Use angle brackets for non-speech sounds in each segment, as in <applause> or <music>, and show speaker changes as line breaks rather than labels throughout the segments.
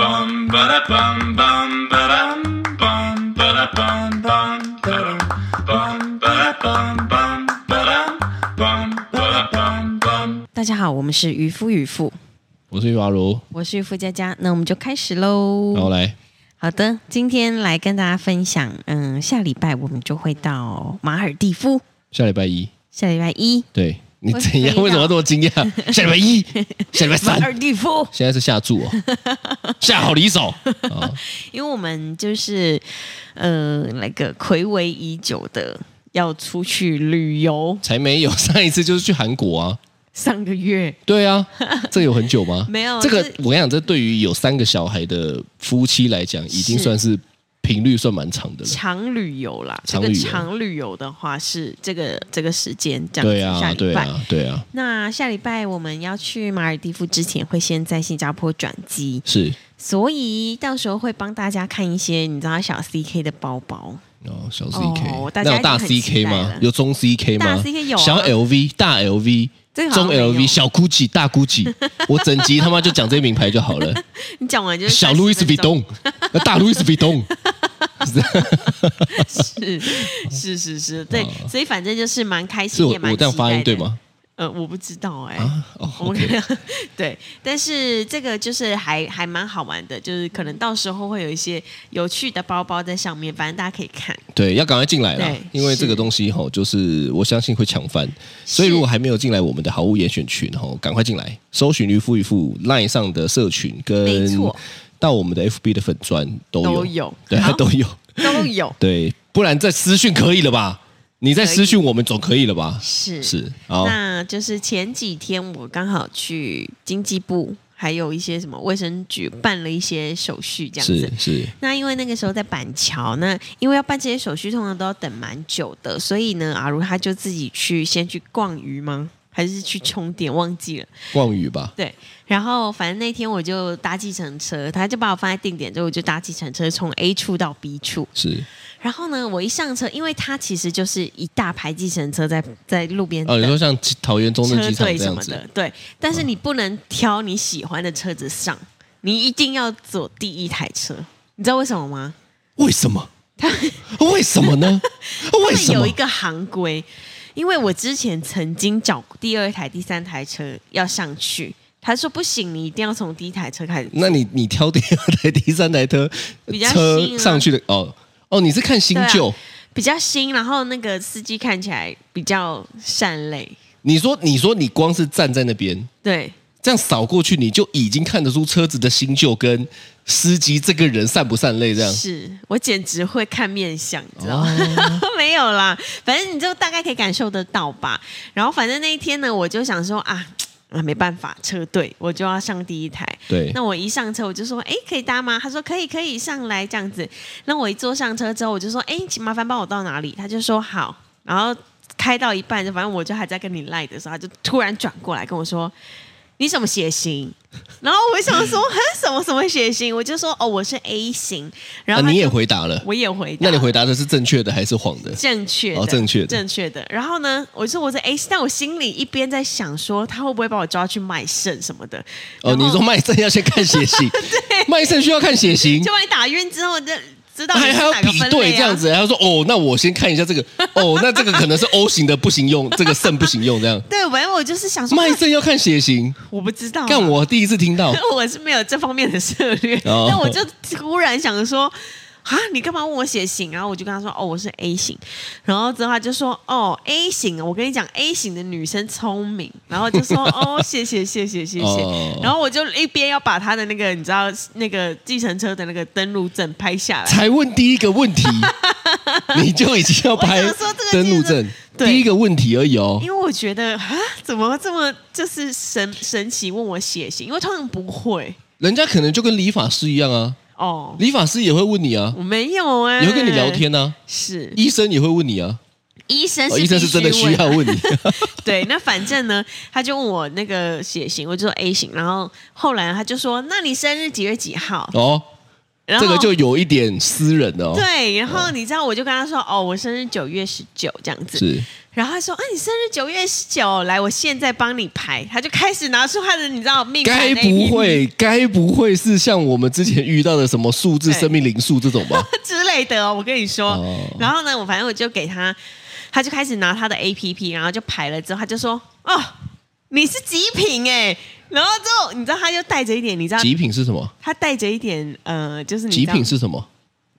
bum ba da bum bum ba dum bum ba da bum bum ba dum bum ba da bum bum ba dum bum ba da bum bum.
大家好，我们是渔夫渔妇，
我是玉华如，
我是渔夫佳佳，那我们就开始喽。
然后来，
好的，今天来跟大家分享，嗯，下礼拜我们就会到马尔蒂夫，
下礼拜一，
下礼拜一，
对你
会
怎样？
飞
为什么
到
要这么惊
<laughs>
讶？下礼拜一，下礼拜
马
三，
尔蒂夫，
现在是下注
<laughs>
哦，下好离手啊！
因为我们就是，呃，那个暌违已久的要出去旅游，
才没有，
<laughs>
上一次就是去韩国啊。
上个月
对啊，这有很久吗？
<laughs> 没有
这个
是
我跟你讲，这对于有三个小孩的夫妻来讲，已经
是
算是频率算蛮长的了。
长旅游啦，这
长
个
旅游
长旅游的话是这个这个时间这样子，
对啊
下，礼
对
拜。
啊，对啊，
那下礼拜我们要去马尔蒂夫之前，会先在新加坡转机，
是
所以到时候会帮大家看一些你知道小 CK 的包包，
哦，小 CK，、
哦大家
那有大
已经很期
CK
待
吗
了？
有中 CK 吗？
大 CK 有啊
小 LV、大 LV
这个好
中
像没有
LV、小 GUCCI、大 GUCCI，我整集他妈就讲这些名牌就好了。
你讲完就是
<laughs> 小
30
Louis
分钟 <laughs>
Vuitton，那大 Louis Vuitton，
是是是是，对，所以反正就是蛮开
啊是
心，
我
也蛮
我这样
期
发
待
音
的
对？吗？
呃，我不知道哎、
啊，哦
我
，OK，
们 <laughs> 对，但是这个就是还还蛮好玩的，就是可能到时候会有一些有趣的包包在上面，反正大家可以看。
<laughs> 对，要赶快进来啦
对，
因为这个
是
东西吼，就是我相信会抢翻，所以如果还没有进来我们的好物严选群吼，赶快进来，搜寻渔夫渔夫 LINE 上的社群
没
跟
错
到我们的 FB 的粉砖都有，
都有
对
好，
都有，
都有
对，不然再私讯可以了吧？你再私讯我们总可以了吧？
是
是，好，
那就是前几天我刚好去经济部，还有一些什么卫生局办了一些手续，这样子
是。是，
那因为那个时候在板桥，那因为要办这些手续，通常都要等蛮久的，所以呢，阿如他就自己去先去逛鱼吗？还是去充电？忘记了。
逛雨吧，
对，然后反正那天我就搭计程车，他就把我放在定点之后，我就搭计程车从 A 处到 B 处。
是
然后呢，我一上车，因为它其实就是一大排计程车在在路边
哦，你
等
说像桃园中正
车
机场
队
这
什
样
么
子，嗯
的，对。但是你不能挑你喜欢的车子上，你一定要坐第一台车。你知道为什么吗？
为什么？
他
为什么呢？为
们
什
有
么
一？个行规，因为我之前曾经找第二台、第三台车要上去，他说不行，你一定要从第一台车开始。
那你你挑第二台、第三台车
比较新
车
啊
上去的哦哦，你是看新旧？
比较新，然后那个司机看起来比较善类，
你说你说你光是站在那边
对，
这样扫过去，你就已经看得出车子的新旧跟司机这个人善不善类这样。
是我简直会看面相，你知道吗？
哦，
<laughs> 没有啦，反正你就大概可以感受得到吧。然后反正那一天呢，我就想说啊。啊，没办法，车队我就要上第一台。
对
<laughs>
啊
那我一上车我就说，哎，可以搭吗？他说可以，可以上来这样子。那我一坐上车之后，我就说，哎，请麻烦帮我到哪里？他就说好。然后开到一半，反正我就还在跟你赖的时候，他就突然转过来跟我说，你什么血型？然后我想说， <laughs> 哼，什么什么血型？我就说，哦，我是 A 型。然后他
那啊你也
就
回答了，
我也回答，
那你回答的是正确的还是谎的？
正确的，
哦正确的
正确的。然后呢，我说我是 A，但我心里一边在想说，他会不会把我抓去卖肾什么的？
哦，
然后 <laughs>
你说卖肾要先看血型，卖肾需要看血型
就，万一打晕之后就知道你
还
是
还要
哪个
比
分
对
类、啊、
这样。子，还要说哦，那我先看一下这个，哦，那这个可
<laughs>
能是 O 型的不行用，这个肾不行用这样。
对，反正我就是想说，
卖
啊
肾要看血型，
我不知道、啊，
干我第一次
<laughs>
听到，
我是没有这方面的策略， <laughs>
哦
但我就突然想说。啊，你干嘛问我血型？然后我就跟他说，哦，我是 A 型。然后之后他就说，哦，A 型，我跟你讲，A 型的女生聪明。然后
<laughs>
就说，哦，谢谢，谢谢，谢谢。
哦
然后我就一边要把他的那个，你知道，那个计程车的那个登录证拍下来。
才问第一个问
<laughs>
题，你就已经要拍
我想说这个
登录
真
证，
对
第一个问题而已哦
因。为我觉得啊，怎么这么就是神神奇问我血型？因为通常不会
人家可能就跟理发师一样啊，
哦，
理发师也会问你啊，
我没有哎、
也会跟你聊天啊，
是
医生也会问你啊，
医生
哦，
是、
医生是真的需要问你，啊
<laughs> 对，那反正呢，他就问我那个血型，我就说 A 型，然后后来他就说，那你生日几月几号？
哦，
<laughs> 然后
这个就有一点私人了哦。
对，然后你知道，我就跟他说，哦，我生日九月十九这样子。
是
然后他说，啊，你生日九月十九，来，我现在帮你排。他就开始拿出他的，你知道命盘
该
APP
不会该不会是像我们之前遇到的什么数字
对
生命灵数这种
<laughs>
吧？
<laughs> 之类的哦，我跟你说。
哦
然后呢，我反正我就给他，他就开始拿他的 A P P，然后就排了之后，他就说：“哦，你是极品哎。”然后之后，你知道他就带着一点，你知道
极品是什么？
他带着一点呃，就是你
极
知道
品是什么？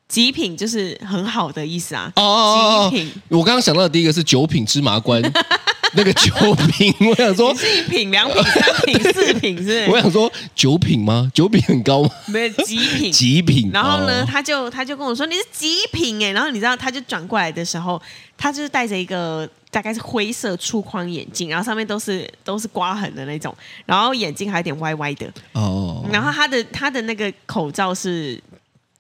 极品就是很好的意思啊。
哦哦哦
极品，
我刚刚想到的第一个是九品芝麻
<laughs>
官，那个九品，我想说
你，是一品、两品、三品、四品是不
<laughs> 我
是？
想说九品吗？九品很高吗？
没有极品。
极品。
然后呢，
哦
他就他就跟我说你是极品哎，然后你知道他就转过来的时候，他就是戴着一个大概是灰色粗框眼镜，然后上面都是都是刮痕的那种，然后眼睛还有点歪歪的，
哦，
然后他的他的那个口罩是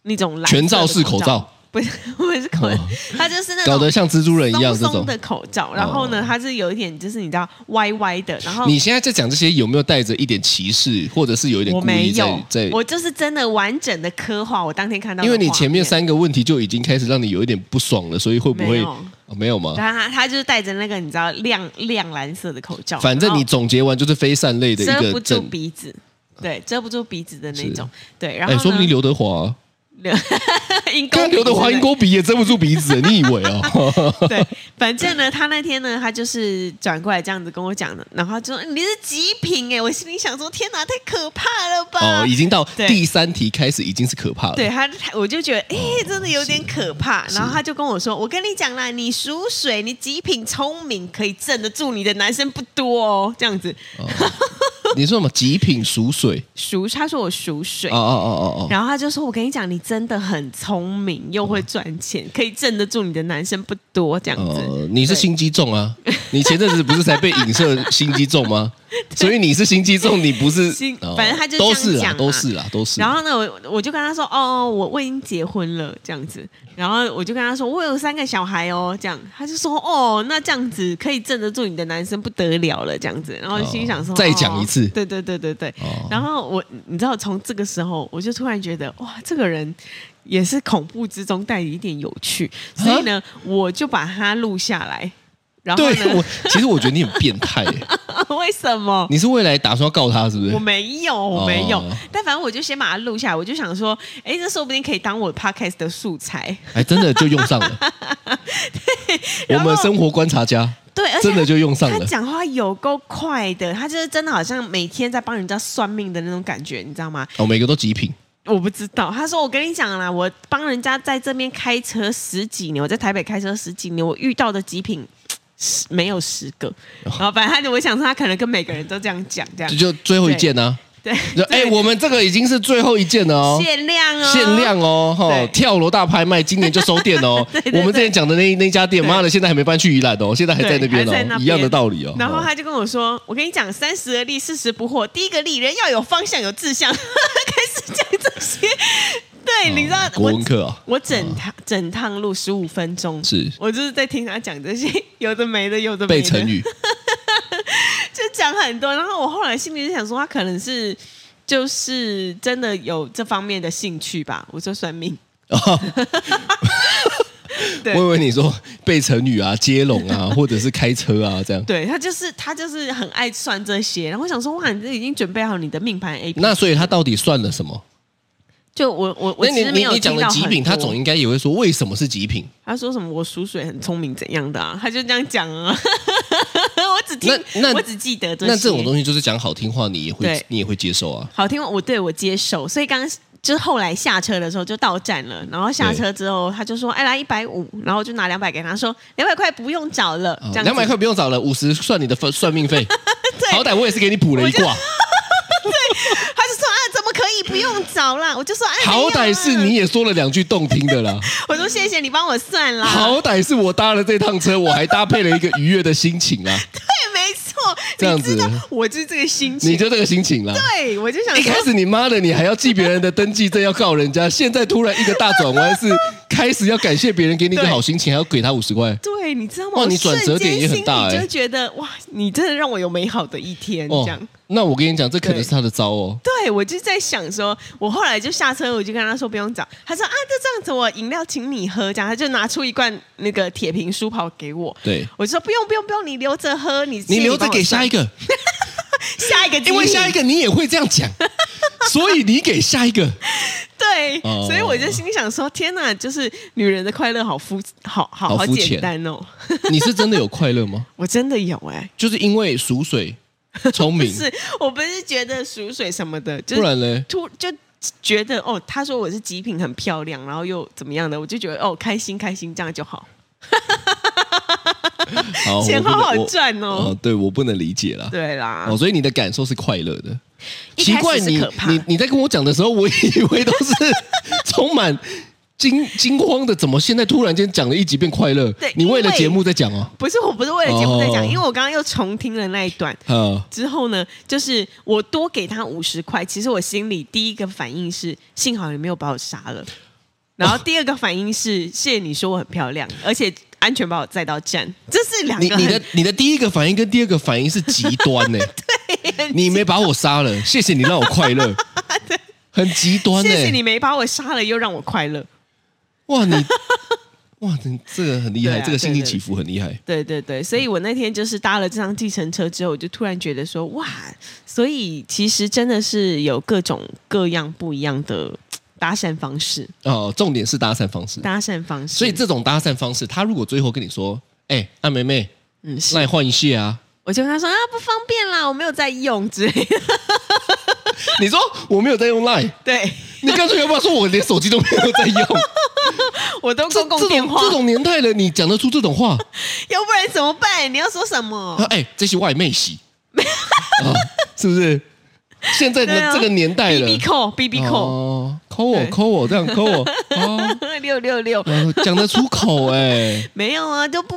那种蓝色的
全罩式口罩，
不是 <laughs> 不是口
哦，
他就是那
搞
种
得像蜘蛛人一
松
样这种哦
松。的口罩，然后呢，他是有一点就是你知道歪歪的，然后
你现在在讲这些有没有带着一点歧视，或者是有一点
我
故
没
意
有
在在？
我就是真的完整的刻画，我当天看到的
因为你
画
前面三个问题就已经开始让你有一点不爽了，所以会不
没
会
有
哦没有吗？
然后他他就是戴着那个你知道亮亮蓝色的口罩，
反正你总结完就是非善类的
然后遮
一
不
个
住
证。
鼻子，对，遮不住鼻子的那
是
种，对。然后
哎，
呢，
说不定刘德华啊， <laughs>
鹰钩
看
鼻
刘德华
对
鹰
不对
钩鼻也遮不住鼻子，啊你以为哦？
对，反正呢，他那天呢，他就是转过来这样子跟我讲的，然后他就说你是极品哎，我心里想说天哪，太可怕了吧。
哦，已经到
<laughs> 对
第三题开始已经是可怕了。
对他，他我就觉得，哎、真的有点可怕。然后他就跟我说：“我跟你讲啦，你属水，你极品聪明，可以镇得住你的男生不多哦。”这样子，
你说什么极品熟水？
属他说我属水，
哦哦哦哦哦，
然后他就说：“我跟你讲，你真的很聪明，又会赚钱，可以镇得住你的男生不多。”这样子，
呃，你是心机重啊？你前阵子不是才被影射心机重吗？所以你是心机重，你不是
心？
哦
反正他就
都
这
是
样
啦，
讲
都
嘛
是啦，都是。啊
然后呢，我我就跟他说：“哦，我我已经结婚了，这样子。”然后我就跟他说：“我有三个小孩哦。”这样，他就说：“哦，那这样子可以镇得住你的男生不得了了。”这样子，然后心里想说：“
哦再讲一次
哦对对对对对。
哦
然后我，你知道，从这个时候，我就突然觉得，哇，这个人也是恐怖之中带一点有趣，所
啊
以呢，我就把他录下来。然后
对哦
呢
我，，其实我觉得你很变态耶，
<laughs> 为什么？
你是未来打算要告他是不是
我？没 <laughs> 有，我没有。
哦
但反正我就先把它录下来，我就想说，哎，这说不定可以当我 podcast 的素材。
哎，真的就用上了。
<laughs>
我
然
们
后
生活观察家
<laughs> 对，而且
真的就用上
他
了。
讲话有够快的，他就是真的好像每天在帮人家算命的那种感觉，你知道吗？
哦，每个都极品，
我不知道，他说我跟你讲啦，我帮人家在这边开车十几年，我在台北开车十几年，我遇到的极品。嘖没有十个，然后反正他，我想说他可能跟每个人都这样讲，这样
这就最后一件呢。
对，
就哎，我们这个已经是最后一件了哦。
限量哦，
限量哦，哈
对，
跳楼大拍卖今年就收店哦。
<laughs> 对
我们之前讲的那那家店，
对
妈的，现在还没搬去宜兰哦，现在还
对
在那边
还在那
哦，
边
一样的道理哦。
然后
哦
他就跟我说：“我跟你讲，三十而立，四十不惑。第一个立，人要有方向，有志向。”开 <laughs> 始讲这些，对，你知道
哦国文课啊，
我。我整趟整趟路十五分钟，
是
我就是在听他讲这些有的没的，有的没
背
的
成，语，
就讲很多。然后我后来心里就想说，他可能是就是真的有这方面的兴趣吧。我说算命，
哦
对
我以为你说背成语啊、接龙
<laughs>
啊，或者是开车啊这样。
对他就是他就是很爱算这些。然后我想说，哇，你这已经准备好你的命盘 A P，
那所以他到底算了什么？
就我我我
那
其
你
实没
你
有
你讲
听
的
到
极
很
品，
多
他总应该也会说为什么是极品？
他说什么我属水很聪明怎样的啊？他就这样讲啊， <laughs> 我只听
那那
我只记得这些
那这种东西就是讲好听话，你也
对
会你也会接受啊。
好听，我对我接受，所以刚刚就是后来下车的时候就到站了，然后下车之后他就说哎来一百五，然后我就拿两百给他说两百块不用找了，这样子
哦两百块不用找了，五十算你的分算
<laughs>
命费。好歹我也是给你补了一卦，
他就说啊怎么可以不用找啦？我就说哎
<laughs> 好歹是，
没有
你
啊
也说了两句动听
<laughs>
的啦。
我说谢谢你帮我算啦，
好歹是我搭了这趟车，我还搭配了一个愉悦的心情啊
<laughs>
啦。
对，没错，
这样子
你知道我就是这个心情，
你就这个心情啦。
对我就想
一
说
开。始你妈的，你还要记别人的登记证，要告人家，现在突然一个大转弯是开始要感谢别人给你一个
对
好心情，还要给他五十块。
对，你知道吗？
哇
我
你转折点也很大
瞬间心里
欸
就会觉得哇，你真的让我有美好的一天，
哦
这样。，
那我跟你讲，这可能
对
是他的招哦。
对，我就在想说，我后来就下车，我就跟他说不用找，他说啊，就这样子，我饮料请你喝，这样他就拿出一罐那个铁瓶书跑给我，
对，
我就说不用不用不用，你留着喝，你
你留着给下一
个
个，
<laughs> 下一个，
因为下一个你也会这样
<laughs>
讲，所以你给下一个。
对，
哦
所以我就心里想说，天哪，就是女人的快乐好肤好好
好肤
简
浅
单哦，
你是真的有快乐吗？
我真的有哎、
就是因为熟水聪明
不， <laughs> 是我不是觉得熟水什么的，就
不
是
然呢？
突就觉得哦，他说我是极品很漂亮，然后又怎么样的，我就觉得哦，开心开心这样就好。
好，我
钱
不能
好好
我
赚哦
哦，对，我不能理解啦。
对啦，
哦，所以你的感受是快乐的。
一
奇
开
怪，
始
你
是可怕。
你你在跟我讲的时候，我以为都是充满惊 <laughs> 惊慌的，怎么现在突然间讲了一集变快乐
对？
你为了
因为
节目在讲哦，
<laughs> 不是，我不是为了节目在讲，
哦
因为我刚刚又重听了那一段
啊，
之后呢，就是我多给他五十块，其实我心里第一个反应是幸好你没有把我杀了，然
哦
后第二个反应是谢谢你说我很漂亮，而且安全把我载到站，这是两
你
个
你的
很
你的第一个反应跟第二个反应是极端
<laughs>
呢、你没把我杀了，谢谢你让我快
<laughs>
乐，很极端呢、
谢谢你没把我杀了，又让我快乐。
哇你 <laughs> 哇你这个很厉害，
对啊
这个心
对
情
对
起伏很厉害。
对对对，所以我那天就是搭了这趟计程车之后，我就突然觉得说，哇，所以其实真的是有各种各样不一样的搭讪方式，
哦，重点是搭讪方式，
搭讪方式。
所以这种搭讪方式，他如果最后跟你说，哎、阿梅梅，
嗯，
那
是，
你换一下啊， <laughs>
我就跟他说啊，不方便啦，我没有在用之类的。
你说我没有在用
<laughs>
Line，
对
你干脆要不要说我连手机都没有在用？
我都
这
<laughs> 公
这
共电
种
话，
这种年代了，你讲得出这种话？
要不然怎么办？你要说什
啊
么？
哎、这些外妹
<laughs>
洗，啊，是不是？现在的、
对啊
这个年代了
，B B 扣，B B 扣，
哦，扣我
对
扣我这样扣我哦，
<laughs> 六六六，
呃讲得出口哎、
没有啊，都不，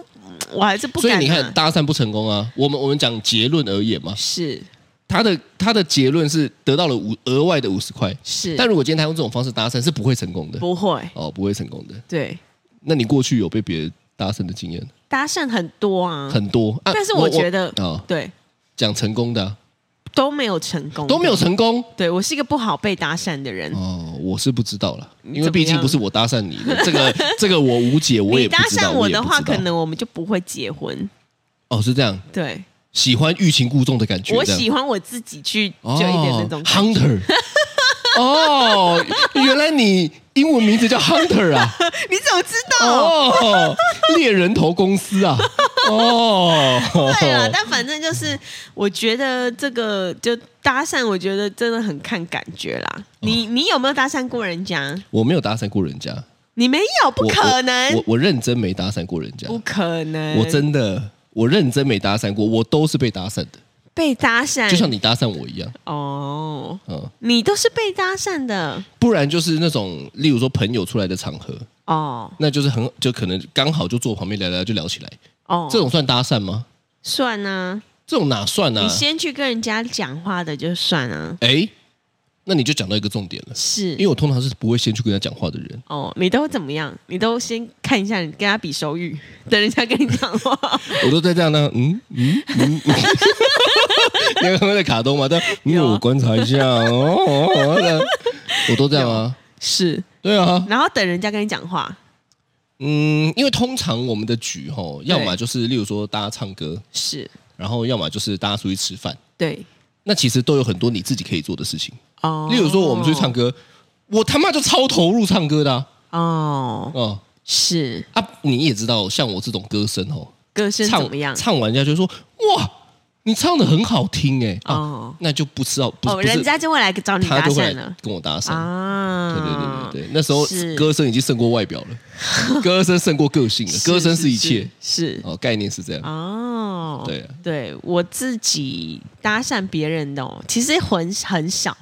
我还是不
所以
敢、啊。
你看，搭讪不成功啊。我们我们讲结论而言嘛，
是
他的他的结论是得到了五额外的五十块，
是，
但如果今天他用这种方式搭讪是不会成功的
不会，
哦，不会成功的。
对，
那你过去有被别人搭讪的经验
搭讪很多啊，
很多，啊
但是我觉得
哦，
对。
讲成功的啊
都没有成功，
都没有。成功
对我是一个不好被搭讪的人，
哦，我是不知道了，因
嗯怎么
为
样
毕竟不是我搭讪你的，这个这个我
<laughs>
无解，我也
你
不
搭
知道。
讪
我
我
也
的
不
话，
知道
可能我们就不会结婚。
哦是这样，
对
喜欢欲擒故纵的感觉，
我
这样
喜欢我自己去就一点那种
哦
感觉
hunter。哦，原来你英文名字叫 hunter 啊。
你怎么知道？
哦，猎人头公司啊！哦，
对啊了，但反正就是，我觉得这个就搭讪，我觉得真的很看感觉
哦
啦。你你有没有搭讪过人家？
我没有搭讪过人家，
你没有，不
我
可能
我我，我认真没搭讪过人家，
不可能，
我真的，我认真没搭讪过，我都是被搭讪的，
被搭讪，
就像你搭讪我一样，
哦，
嗯，
你都是被搭讪的
不然就是那种，例如说朋友出来的场合，
哦
那就是很就可能刚好就坐旁边聊聊就聊起来，
哦，
这种算搭讪吗？
算啊。
这种哪算啊
你？先去跟人家讲话的就算啊，
哎，那你就讲到一个重点了，因
是
为我通常是不会先去跟他讲话的人。
哦，你都怎么样？你都先看一下，你跟他比手语， <laughs> 等人家跟你讲
<laughs>
话。
我都在这样呢，嗯嗯嗯。嗯你有看过那卡通吗？但嗯，
有
我观察一下哦哦，哦这样我都这样啊，
是，
对啊，
然后等人家跟你讲话。
嗯，因为通常我们的局吼，要么就是例如说大家唱歌，
是，
然后要么就是大家出去吃饭，
对，
那其实都有很多你自己可以做的事情。
哦。
例如说我们出去唱歌，我他妈就超投入唱歌的啊，
哦，
嗯
是
啊，你也知道，像我这种歌声吼，
歌声
唱
怎么样？
唱完人家就说哇，你唱的很好听哎、啊
哦
那就不知道不
哦，
不是
人家就会来找你
他
搭
就
讪
会
了
来跟我搭讪。
啊。
对对对对对，那时候
是
歌声已经胜过外表
<laughs>
了，歌声胜过个性了，歌声是一切
是。是
哦，概念是这样。
哦，
对啊
对，我自己搭讪别人的、哦，其实很很少，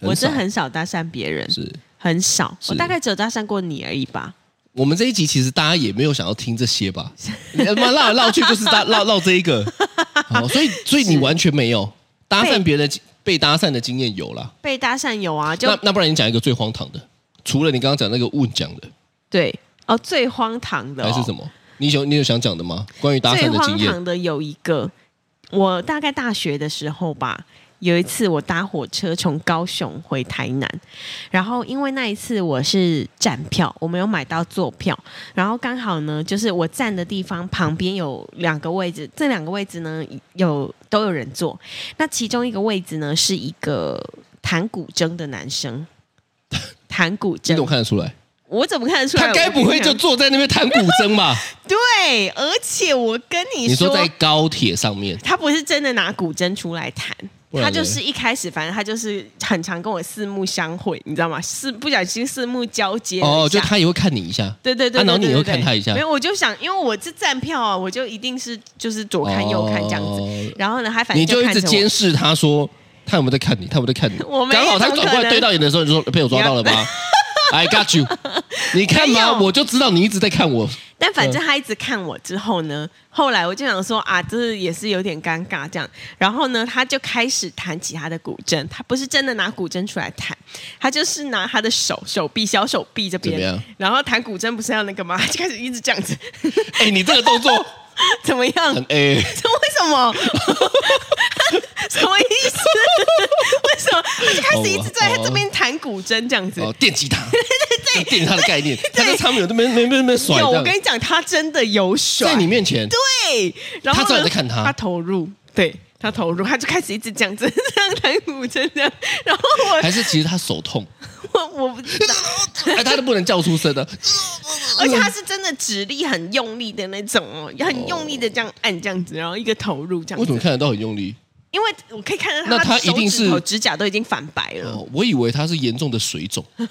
我
少
真的很少搭讪别人。
是
很少，
是
我大概只有搭讪过你而已吧。
我们这一集其实大家也没有想要听这
<laughs>
些吧？你他妈绕来绕去就是搭绕绕这一个，好，所以所以你完全没有搭讪别人的被搭讪的经验有啦。
被搭讪有啊，就
那那不然你讲一个最荒唐的，除了你刚刚讲那个问讲的，
对，哦，最荒唐的、哦、
还是什么？你有你有想讲的吗？关于搭
最
讪的
荒
经验？
唐的有一个，我大概大学的时候吧，有一次我搭火车从高雄回台南，然后因为那一次我是站票，我没有买到坐票，然后刚好呢，就是我站的地方旁边有两个位置，这两个位置呢有都有人坐，那其中一个位置呢是一个弹古筝的男生，弹古
你怎
筝
么，看得出来？
我怎么看得出来？
他该不会就
我跟你
坐在那边弹古筝吧？
讲对？而且我跟 <laughs> 你
你说在高铁上面，
他不是真的拿古筝出来弹，
不然
他
呢
就是一开始，反正他就是很常跟我四目相会，你知道吗？四不小心四目交接了
哦，
一下
就他也会看你一下，
对对对，
啊然后你
对对
又
对
看他一下
没有，我就想，因为我是站票啊，我就一定是就是左看右看这样子，
哦
然后呢，还反正
你就一
看着
直
我
监视他说他有没有在看你，他有没有在看你。
<laughs> 我没有
刚好他转过来对到你的时候，你说哎被我抓到了吗 <laughs> ？I got you，你看
没
吗？
有
我就知道你一直在看我。
但反
嗯
正他一直看我之后呢，后来我就想说啊，这也是有点尴尬这样。然后呢，他就开始弹起他的古筝，他不是真的拿古筝出来弹，他就是拿他的手手臂小手臂这
怎么
边
样，
然后弹古筝不是要那个吗？他 <laughs> 就开始一直这样
<laughs>
子，
哎，你这个动作 <laughs>
怎么样？
很哎，
这为什么？ <laughs> 什么意思？ <laughs> 为什么？他就开始一直在他这边弹古筝这样子。
哦，电
<laughs>
吉他，对电吉他的概念，他在他们有那边那边那边甩
有，
这
我
样
跟，你讲，他真的有甩。
在你面前，
对，然后
他知道
呢
你在看他
他投入，对他投入，他就开始一直这样子，这样弹古筝这样，然后
<laughs> 还是其实他手痛，
我我我不知
<laughs>
道，
哎，他都不能叫出声的。
而且他是真的指力很用力的那种哦，很用力的这样按这样子，然后一个投入这
为
样
什么
子，
看得到很用力？
因为我可以看到
那
他
他
手
一定
指
是
头指甲都已经反白了，
哦，我以为他是严重的水
<laughs>
肿，你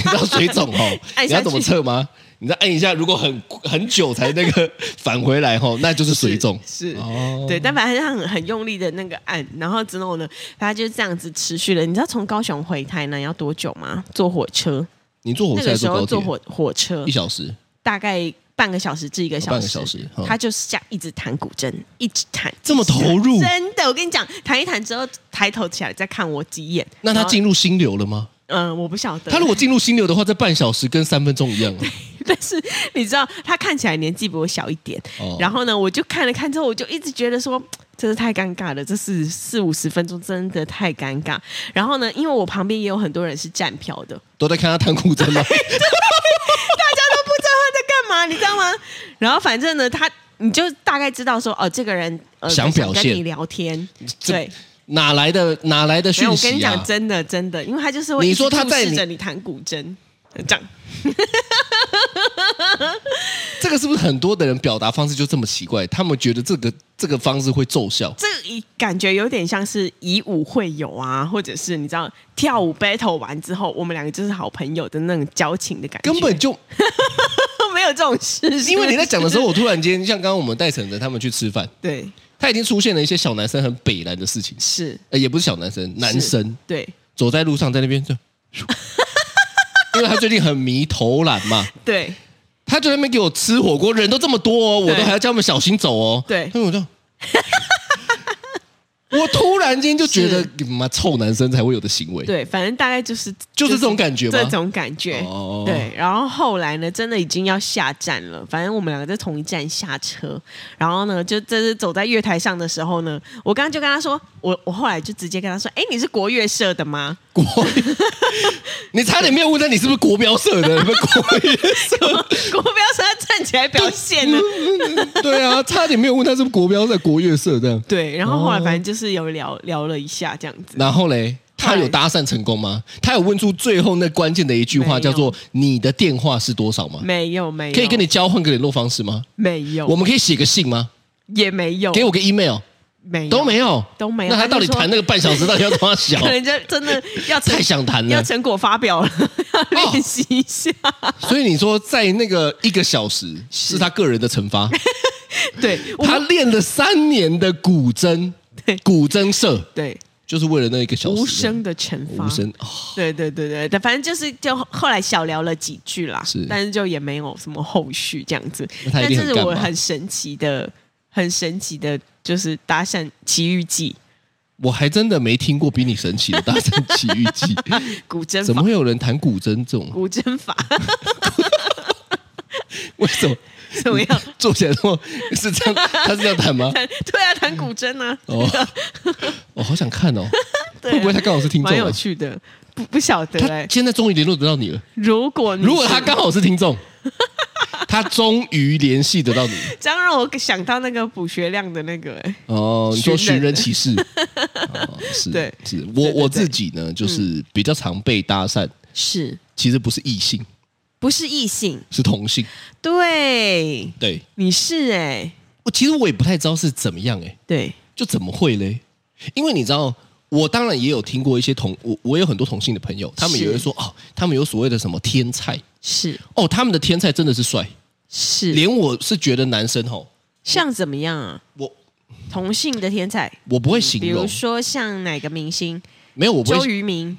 知道水肿哦，
按下去
你知道怎么测吗？你再按一下，如果很很久才那个返回来
<laughs>
吼，那就是水肿。
是。是
哦，
对，但反正他很很用力的那个按，然后之后呢，他就这样子持续了。你知道从高雄回台南要多久吗？坐火车，
你坐火
那
车还
个
是
时候
坐
坐
高铁？
火火车
一小时，
大概半个小时至一个小时，
哦半个小时嗯
他就是这样一直弹古筝，一直弹，
这么投入
真的，我跟你讲，弹一弹之后抬头起来再看我几眼，
那他
然后，
进入心流了吗？
嗯、我不晓得，
他如果进入心流的话，这半小时跟三分钟一样啊。
<laughs> 但是你知道，他看起来年纪比我小一点，
哦
然后呢，我就看了看之后，我就一直觉得说。真是太尴尬了，这是四五十分钟，真的太尴尬。然后呢，因为我旁边也有很多人是站票的，
都在看他弹古筝吗？
大家都不知道他在干嘛，你知道吗？然后反正呢，他你就大概知道说，哦，这个人呃
想表现
跟你聊天，<laughs>
这
对。
哪来的哪来的
没有，
讯
我跟你
息
讲，
啊？
真的真的，因为他就是会
你
一直
说他
注
在
视
你
着你弹古筝，这样
这个是不是很多的人表达方式就这么奇怪？他们觉得这个这个方式会奏效。
这一感觉有点像是以武会友啊，或者是你知道跳舞 battle 完之后，我们两个就是好朋友的那种交情的感觉，
根本就
都 <laughs> 没有这种事。
因为你
是
在
不是
讲的时候，我突然间像刚刚我们带晨晨他们去吃饭，
对
他已经出现了一些小男生很北蓝的事情，
是
呃，也不是小男生，男
是
生
对
走在路上在那边就， <laughs> 因为他最近很迷投篮嘛，
对
他就在那边给我吃火锅，人都这么多哦，我
对
都还要叫他们小心走哦。
对
他们我就， <laughs> 我突然间就觉得
是，
你妈臭男生才会有的行为，
对，反正大概就是
就是这种感觉吗
这种感觉。
哦
对，然后后来呢，真的已经要下站了，反正我们两个在同一站下车，然后呢，就这是走在月台上的时候呢，我刚刚就跟他说，我我后来就直接跟他说，哎，你是国乐社的
<laughs>
吗？ <laughs>
国，你差点没有问他你是不是国标社的，你们国乐社。
国标社要站起来表现呢。
对啊，差点没有问他是不是国标在国乐社这样。
对，然后后来反正就是有聊聊了一下这样子，
然后嘞，他有搭讪成功吗？他有问出最后那关键的一句
没
话，
有
叫做“你的电话是多少”吗？
没有没有，
可以跟你交换个联络方式吗？
没有，
我们可以写个信吗？
也没有，
给我个 email
哦没有
都没有，
都没有
那他
他就
到底
说
谈那个半小时，到底要多
<laughs>
少
可能就真的要成
太想谈
要
了。哦
成果发表了， <laughs> 要练习一下。
所以你说，在那个一个小时是他个人的惩罚，
<laughs> 对，我
他练了三年的古筝
对，
古筝社
对
就是为了那一个小时的
无声的惩罚，
无声哦
对对对对，但反正就是就后来小聊了几句啦，
是
但是就也没有什么后续这样子。
那他一
但
定
这
很
是
干
我
嘛
很神奇的、很神奇的，就是搭讪奇遇记、
我还真的没听过比你神奇的大
<laughs>
圣奇遇记，
古筝
怎么
法、
会有人弹古筝这种？
古筝法，
为什么
<laughs> 怎么样？ <laughs>
坐起来之后是这样？他是这样弹吗？
弹对啊，弹古筝啊，
哦，我好想看哦，
对啊
会不会他刚好是听众
蛮
啊
有？趣嗯的，不不晓得哎、
他现在终于联络得到你了。
如果你
如果
是
他刚好是听众，他终于联系得到你
这样让我想到那个补学量的那个哎、
哦。你说
寻
寻
人
人启事，
<laughs>
哦，是，
对
是
对
我
对嗯
我自己呢，就是比较常被搭讪，
是
其实不是异性，
不是异性？
是同性。
对，
对
你是哎、
我其实我也不太知道是怎么样哎，
对，
就怎么会嘞？因为你知道，我当然也有听过一些同我我有很多同性的朋友，他们
是
也会说哦，他们有所谓的什么天菜
是
哦，他们的天菜真的是帅，
是，
连我是觉得男生吼，
像怎么样啊？
我
同性的天才，
我不会形
比如
容，
说像哪个明星？
没有我不
周
会，
渝民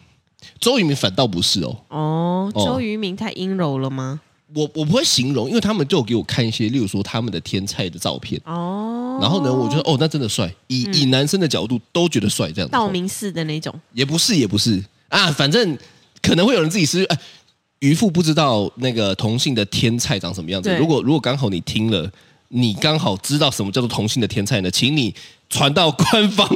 周渝民反倒不是哦，
哦，
哦
周渝民太阴柔了吗？
我我不会形容，因为他们就有给我看一些，例如说他们的天菜的照片，
哦，嗯
然后呢，我觉得哦，那真的帅，以、以男生的角度都觉得帅，这样子
道明寺的那种，
也不是也不是啊，反正可能会有人自己是哎。渔夫不知道那个同性的天菜长什么样子。
对
如果如果刚好你听了，你刚好知道什么叫做同性的天菜呢？请你传到官方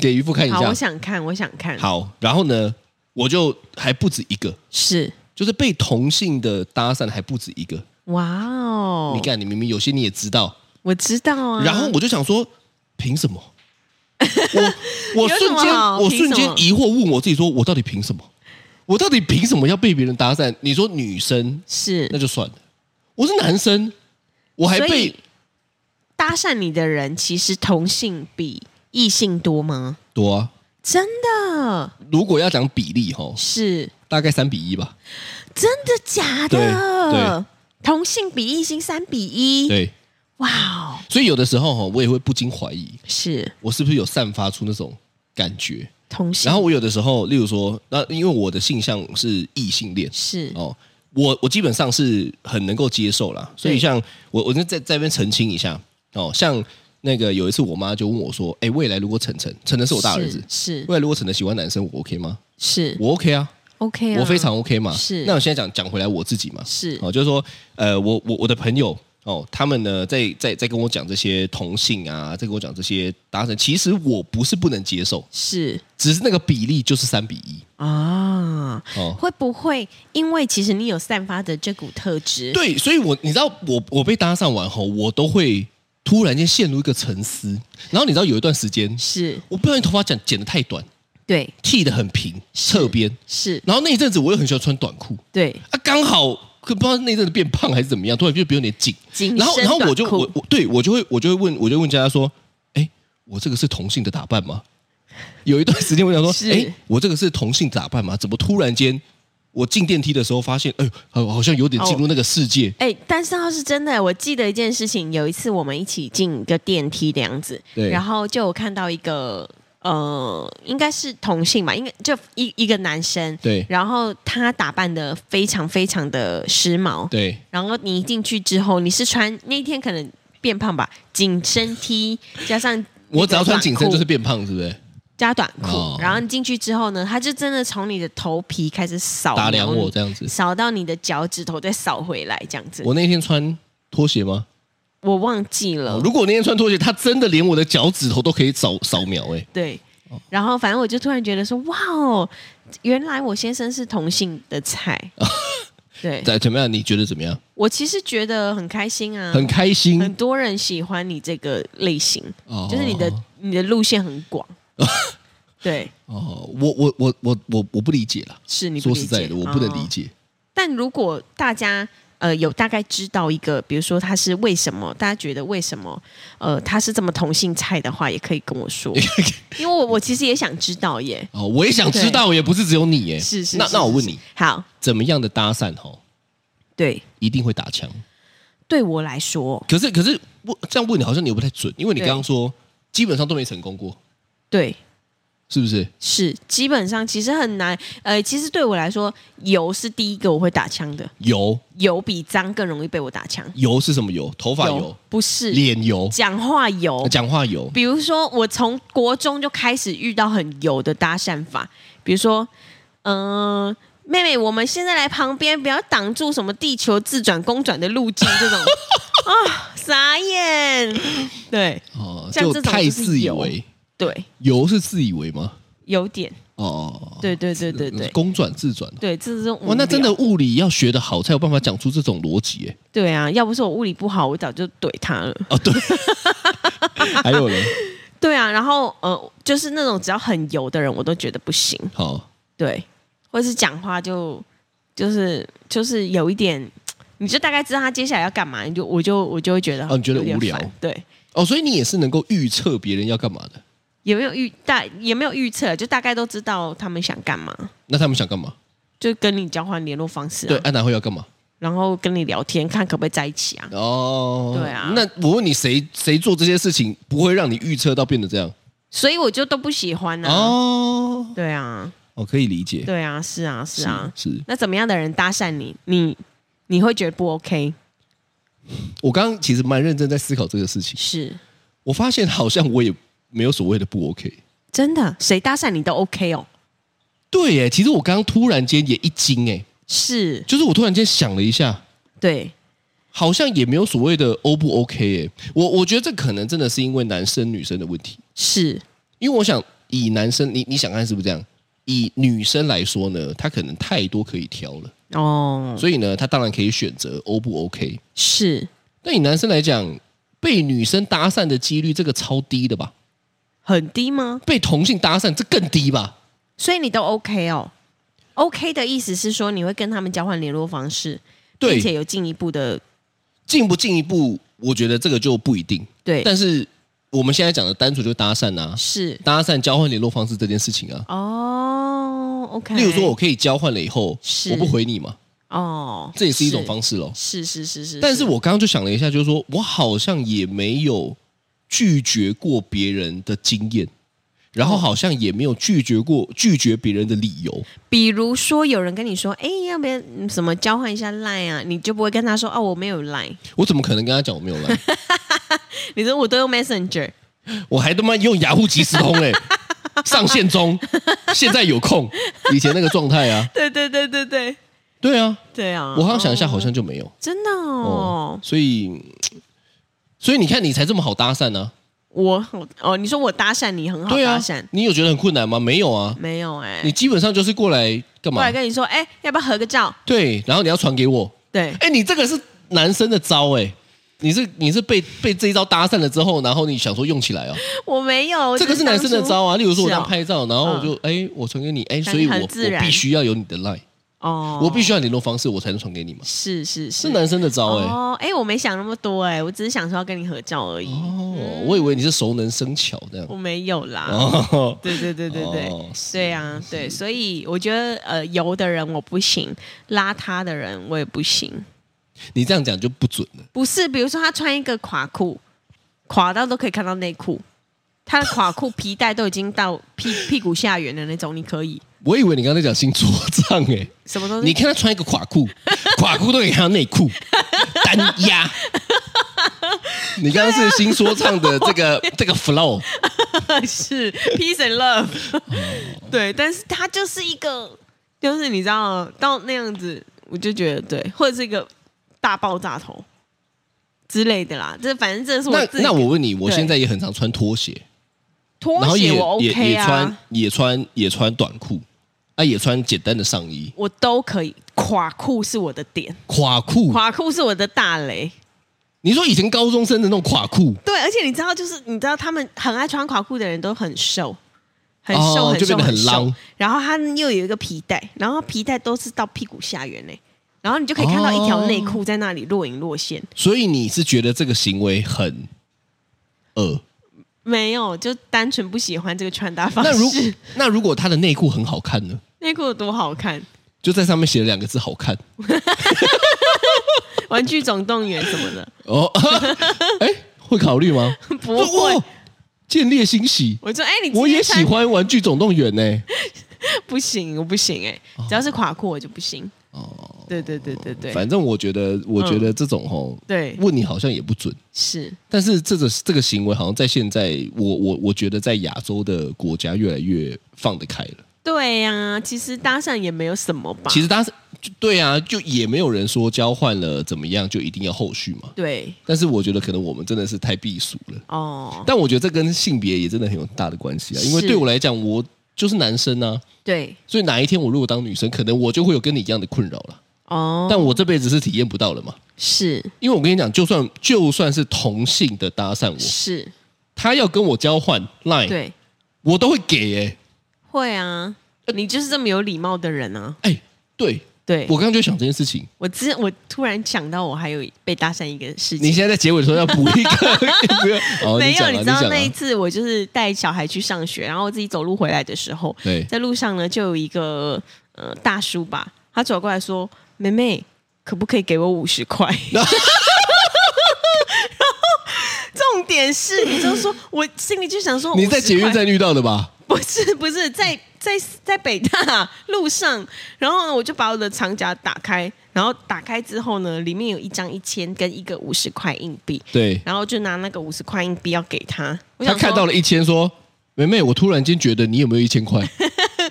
给渔夫看一
好，
下
我。想看，我想看，
好，然后呢，我就还不止一个，
是
就是被同性的搭讪还不止一个。
哇哦，
你看，你明明有些你也知道，
我知道啊，
然后我就想说，凭
<laughs>
什么？我
有
我
什
瞬
么
间
好
我
凭
瞬间
什么
疑惑，问我自己说，我到底凭什么？我到底凭什么要被别人搭讪？你说女生
是
那就算了，我是男生，我还
所
被
以搭讪你的人，其实同性比异性多吗？
多啊。
真的
如果要讲比例哈，
是
大概三比一吧。
真的假
对
的？同性比异性三比一，
对，
哇哦，
所以有的时候哈，我也会不禁怀疑，
是
我是不是有散发出那种感觉。
同性，
然后我有的时候，例如说，那因为我的性向是异性恋，
是
哦，我我基本上是很能够接受啦，所以
对
像我，我就在在这边澄清一下哦，像那个有一次我妈就问我说，哎，未来如果晨晨，晨晨是我大儿子，
是
未来如果晨晨喜欢男生，我 OK 吗？
是
我 OK 啊，
OK 啊，
我非常 OK 嘛。
是
那我现在讲讲回来我自己嘛，
是
哦，就是说，呃，我我我的朋友哦，他们呢在在在跟我讲这些同性啊，在跟我讲这些达成，其实我不是不能接受，
是
只是那个比例就是三比一
啊。
哦。
会不会因为其实你有散发的这股特质？
对，所以我你知道我我被搭讪完后，我都会突然间陷入一个沉思。然后你知道有一段时间，
是，
我不小心头发剪剪得太短，
对，
剃得很平侧边，
是，
然后那一阵子我又很喜欢穿短裤
对，
啊，刚好可不知道那一阵子变胖还是怎么样，突然就变有点紧。
紧
然后
身
然后我就
短裤
我我对我就会我就会问我就问佳佳说，哎，我这个是同性的打扮吗？ <laughs> 有一段时间我想
是
说，哎，我这个是同性打扮吗？怎么突然间我进电梯的时候发现，哎呦，好像有点进入那个世界。
哎，但是要是真的，我记得一件事情，有一次我们一起进一个电梯这样子，
对
然后就有看到一个呃，应该是同性吧，应该就一一个男生，
对
然后他打扮的非常非常的时髦，
对，
然后你一进去之后，你是穿那一天可能变胖吧，紧身 T 加上那个
我只要穿
短
紧身
裤
就是变胖，是不是？
加短裤，
哦
然后你进去之后呢，他就真的从你的头皮开始扫
打量
描
我
你
这样子
扫到你的脚趾头，再扫回来这样子。
我那天穿拖鞋吗？
我忘记了，
如果我那天穿拖鞋，他真的连我的脚趾头都可以扫扫描哎、
对。然后，反正我就突然觉得说，哇哦，原来我先生是同性的
<laughs>
菜。对，
在怎么样？你觉得怎么样？
我其实觉得很开心啊，
很开心
很多人喜欢你这个类型，
哦
就是你的你的路线很
<laughs>
广。对，
哦。我我我我我我不理解啦。
是你不
说
理
实
解
在的，我不能理
哦
解。
但如果大家呃有大概知道一个，比如说他是为什么，大家觉得为什么呃他是这么同性菜的话，也可以跟我
<laughs>
说，因为我我其实也想知道耶。
哦，我也想知道，也不是只有你哎、
是是，
那
是
那我问
是
你，
好，
怎么样的搭讪哦，
对，
一定会打枪？
对我来说，
可是可是我这样问你，好像你又不太准，因为你
对
刚刚说基本上都没成功过，
对。
是不是？
是，基本上其实很难。呃，其实对我来说，油是第一个我会打枪的，
油
油比脏更容易被我打枪。
油是什么油？头发油、
不是
脸油、
讲话油，
讲话油。
比如说，我从国中就开始遇到很油的搭讪法，比如说，嗯、妹妹，我们现在来旁边，不要挡住什么地球自转、公转的路径这
<laughs>
种。啊、傻眼！对
哦，
像
就
这种
太
就是
自以
油
为，
对，
油是自以为吗？
有点，
哦，
对对对对嗯对
公转自转。
对，这是这种无
哇，那真的
聊
物理要学得好，才有办法讲出这种逻辑耶。
对啊！要不是我物理不好，我早就怼他了。
哦，对， <laughs> 还有呢，
对啊，然后呃，就是那种只要很油的人，我都觉得不行。
好，
对，或者是讲话就就是就是有一点，你就大概知道他接下来要干嘛，你就我就我就会觉得
哦你觉得
有点
无聊
烦对，
哦，所以你也是能够预测别人要干嘛的。
也没有预大也没有预测，就大概都知道他们想干嘛，
那他们想干嘛？
就跟你交换联络方式、啊，
对，安达会要干嘛？
然后跟你聊天，看可不可以在一起啊？
哦，
对啊
那我问你，谁谁做这些事情不会让你预测到变得这样？
所以我就都不喜欢啊。
哦，
对啊，
哦，可以理解。
对啊，是啊，是啊。
是
那怎么样的人搭讪你，你你会觉得不 OK？
我刚刚其实蛮认真在思考这个事情，
是
我发现好像我也没有所谓的不 OK。
真的，谁搭讪你都 OK 哦。
对耶，其实我刚刚突然间也一惊哎，
是，
就是我突然间想了一下，
对，
好像也没有所谓的 O 不 OK 哎，我我觉得这可能真的是因为男生女生的问题，
是，
因为我想以男生你你想看是不是这样？以女生来说呢，她可能太多可以挑了，
哦，
所以呢，她当然可以选择 O 不 OK。
是
那以男生来讲，被女生搭讪的几率这个超低的吧？
很低吗？
被同性搭讪这更低吧？
所以你都 OK 哦。OK 的意思是说你会跟他们交换联络方式，并且
对，
有进一步的
进不进一步，我觉得这个就不一定。
对，
但是我们现在讲的单纯就搭讪啊，
是
搭讪交换联络方式这件事情啊。
哦，OK。
例如说，我可以交换了以后
是，
我不回你嘛，
哦，
这也是一种方式咯。
是是是是是，
但是我刚刚就想了一下，就是说我好像也没有拒绝过别人的经验，然后好像也没有拒绝过拒绝别人的理由。
比如说有人跟你说，哎，要不要嗯什么交换一下 Line 啊？你就不会跟他说，哦，我没有 Line，
我怎么可能跟他讲我没有
<laughs>
来？
你说我都用 Messenger，
我还他妈用雅虎即时通哎、上线中，现在有空，以前那个状态啊，
对对对对对
对啊，
对啊，
我好像想一下，
哦
好像就没有
真的
哦
哦，，
所以，所以你看你才这么好搭讪啊呢、
我很哦，你说我搭讪你很好
对
搭
啊
讪，，
你有觉得很困难吗？没有啊，
没有哎，
你基本上就是过来
过
干嘛
来？跟你说，哎，要不要合个照？
对，然后你要传给我，
对，
哎，你这个是男生的招哎、你是你是被被这一招搭讪了之后，然后你想说用起来哦，
<laughs> 我没有，我
这个
只
是男生的
当初
招啊。例如说我
是
这
哦
样拍照，然后我就哎、我传给你哎，
感觉
所以我
很自
我
然
必须要有你的 line，、
哦，
我必须要联络方式，我才能传给你嘛。
是是是
是男生的招哎、
嗯哦，哎，我没想那么多哎，我只是想说要跟你合照而已，
哦，我以为你是熟能生巧这样。
我没有啦。
哦，
对对对对对
哦是
对啊，对，所以我觉得呃，油的人我不行，邋遢的人我也不行。
你这样讲就不准了。
不是，比如说他穿一个垮裤，垮到都可以看到内裤，他的垮裤皮带都已经到屁屁股下缘的那种，你可以
我以为你刚才讲星座账哎、
什么都
你看他穿一个垮裤，垮裤都可以看到内裤，单压。你刚刚是新说唱的这个
啊
这个 flow，
<laughs> 是 peace and love，对，但是他就是一个，就是你知道到那样子，我就觉得对，或者是一个大爆炸头之类的啦。这反正这是我
那
自己
那我问你，我
对
现在也很常穿拖鞋，然
拖
后
鞋
也、
我
也
OK
也穿
啊，
也穿也穿短裤，啊也穿简单的上衣，
我都可以。垮裤是我的点，
垮裤。
垮裤是我的大雷。
你说以前高中生的那种垮裤，
对，而且你知道，就是你知道，他们很爱穿垮裤的人都很瘦，很
哦
瘦，很
就
瘦，
变得
很
很
瘦
浪。
然后他又有一个皮带，然后皮带都是到屁股下缘嘞、然后你就可以看到一条内裤在那里若隐若现。
所以你是觉得这个行为很恶？
没有，就单纯不喜欢这个穿搭方
那如
式。
那如果他的内裤很好看呢？
<laughs> 内裤有多好看，
就在上面写了两个字“好看
《玩具总动员》什么的，”
哦， <laughs> 哎、会考虑吗？
<laughs> 不会
哇，见猎欣喜。
我说哎、你今天
我也
穿
喜，欢《玩具总动员》呢。
不行，我不行哎、只要是垮裤我就不行。哦，对对对对嗯对，
哦反正我觉得，我觉得这种吼、
对
问你好像也不准。
是
但是这个这个行为好像在现在，我我我觉得在亚洲的国家越来越放得开了。
对呀、其实搭讪也没有什么吧。
其实搭就对啊，就也没有人说交换了怎么样就一定要后续嘛。
对
但是我觉得可能我们真的是太避俗了，
哦，
但我觉得这跟性别也真的很有大的关系啊。因为
是
对我来讲，我就是男生啊，
对
所以哪一天我如果当女生，可能我就会有跟你一样的困扰了。
哦，
但我这辈子是体验不到了嘛。
是
因为我跟你讲，就算就算是同性的搭讪我，
是，
他要跟我交换 Line，
对，
我都会给耶、
会啊，你就是这么有礼貌的人啊。
哎，呃对
对，
我刚刚就想这件事情。
我之我突然想到，我还有被搭讪一个事
你
情。
现在在结尾的时候要补
<laughs>
一个，不要哦，
没有，
讲
你
了，
知
讲
道
了
那一次我就是带小孩去上学，然后我自己走路回来的时候，
对
在路上呢就有一个呃大叔吧，他走过来说：“妹妹，可不可以给我五十
<laughs>
块？”然后 <laughs> 重点是，你就说我心里就想说，
你在捷运
50块
站遇到的吧？
<laughs> 不是不是在在在北大路上，然后呢，我就把我的长夹打开，然后打开之后呢，里面有一张一千跟一个五十块硬币，
对，
然后就拿那个五十块硬币要给他。我
他
想
看到
了，
了一千，说：“妹妹，我突然间觉得你有没有一千块，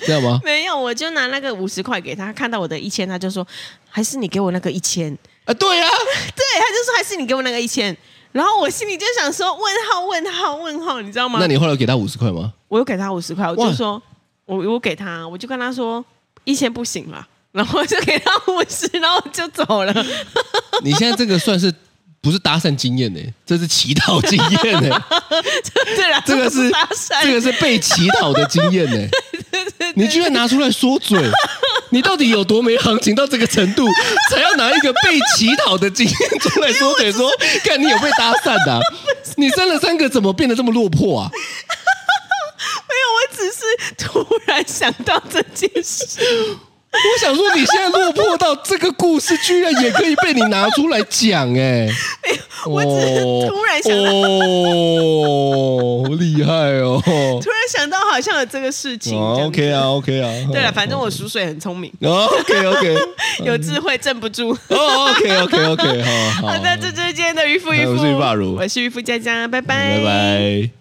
知道吗
<laughs> 没有，我就拿那个五十块给他，他看到我的一千，他就说还是你给我那个一千，？” <laughs>
啊，对呀、啊，
对，他就说还是你给我那个一千。然后我心里就想说问号问号问号，你知道吗？
那你后来给他五十块吗？
我又给他五十块，我就
哇
说，我我给他，我就跟他说一千不行了，然后我就给他五十，然后我就走了。
你现在这个算是不是搭讪经验呢、这是乞讨经验
<laughs>
呢、
对了，
这个
不
是
搭讪，
这个是被乞讨的经验呢、
<laughs>
你居然拿出来说嘴，你到底有多没行情到这个程
<laughs>
度，才要拿一个被乞讨的经验出来说
<laughs>
嘴，说看你有被搭讪的啊、你生了三个，怎么变得这么落魄啊？
没有，我只是突然想到这件事。
我想说，你现在落魄到这个故事，居然也可以被你拿出来讲、哎，
<laughs> 我只是突然想到，
哦，厉害
<laughs>
哦！
突然想到好像有这个事情。
哦
这样子
，OK 啊，OK 啊，
对了，反正我叔水很聪明，
OK OK，
有智慧镇不住。 <laughs>
哦，OK OK OK，好好，
好的，这就是今天的渔夫渔
哦我
夫，
是渔霸如嗯
我是渔夫佳佳，拜拜，
拜拜。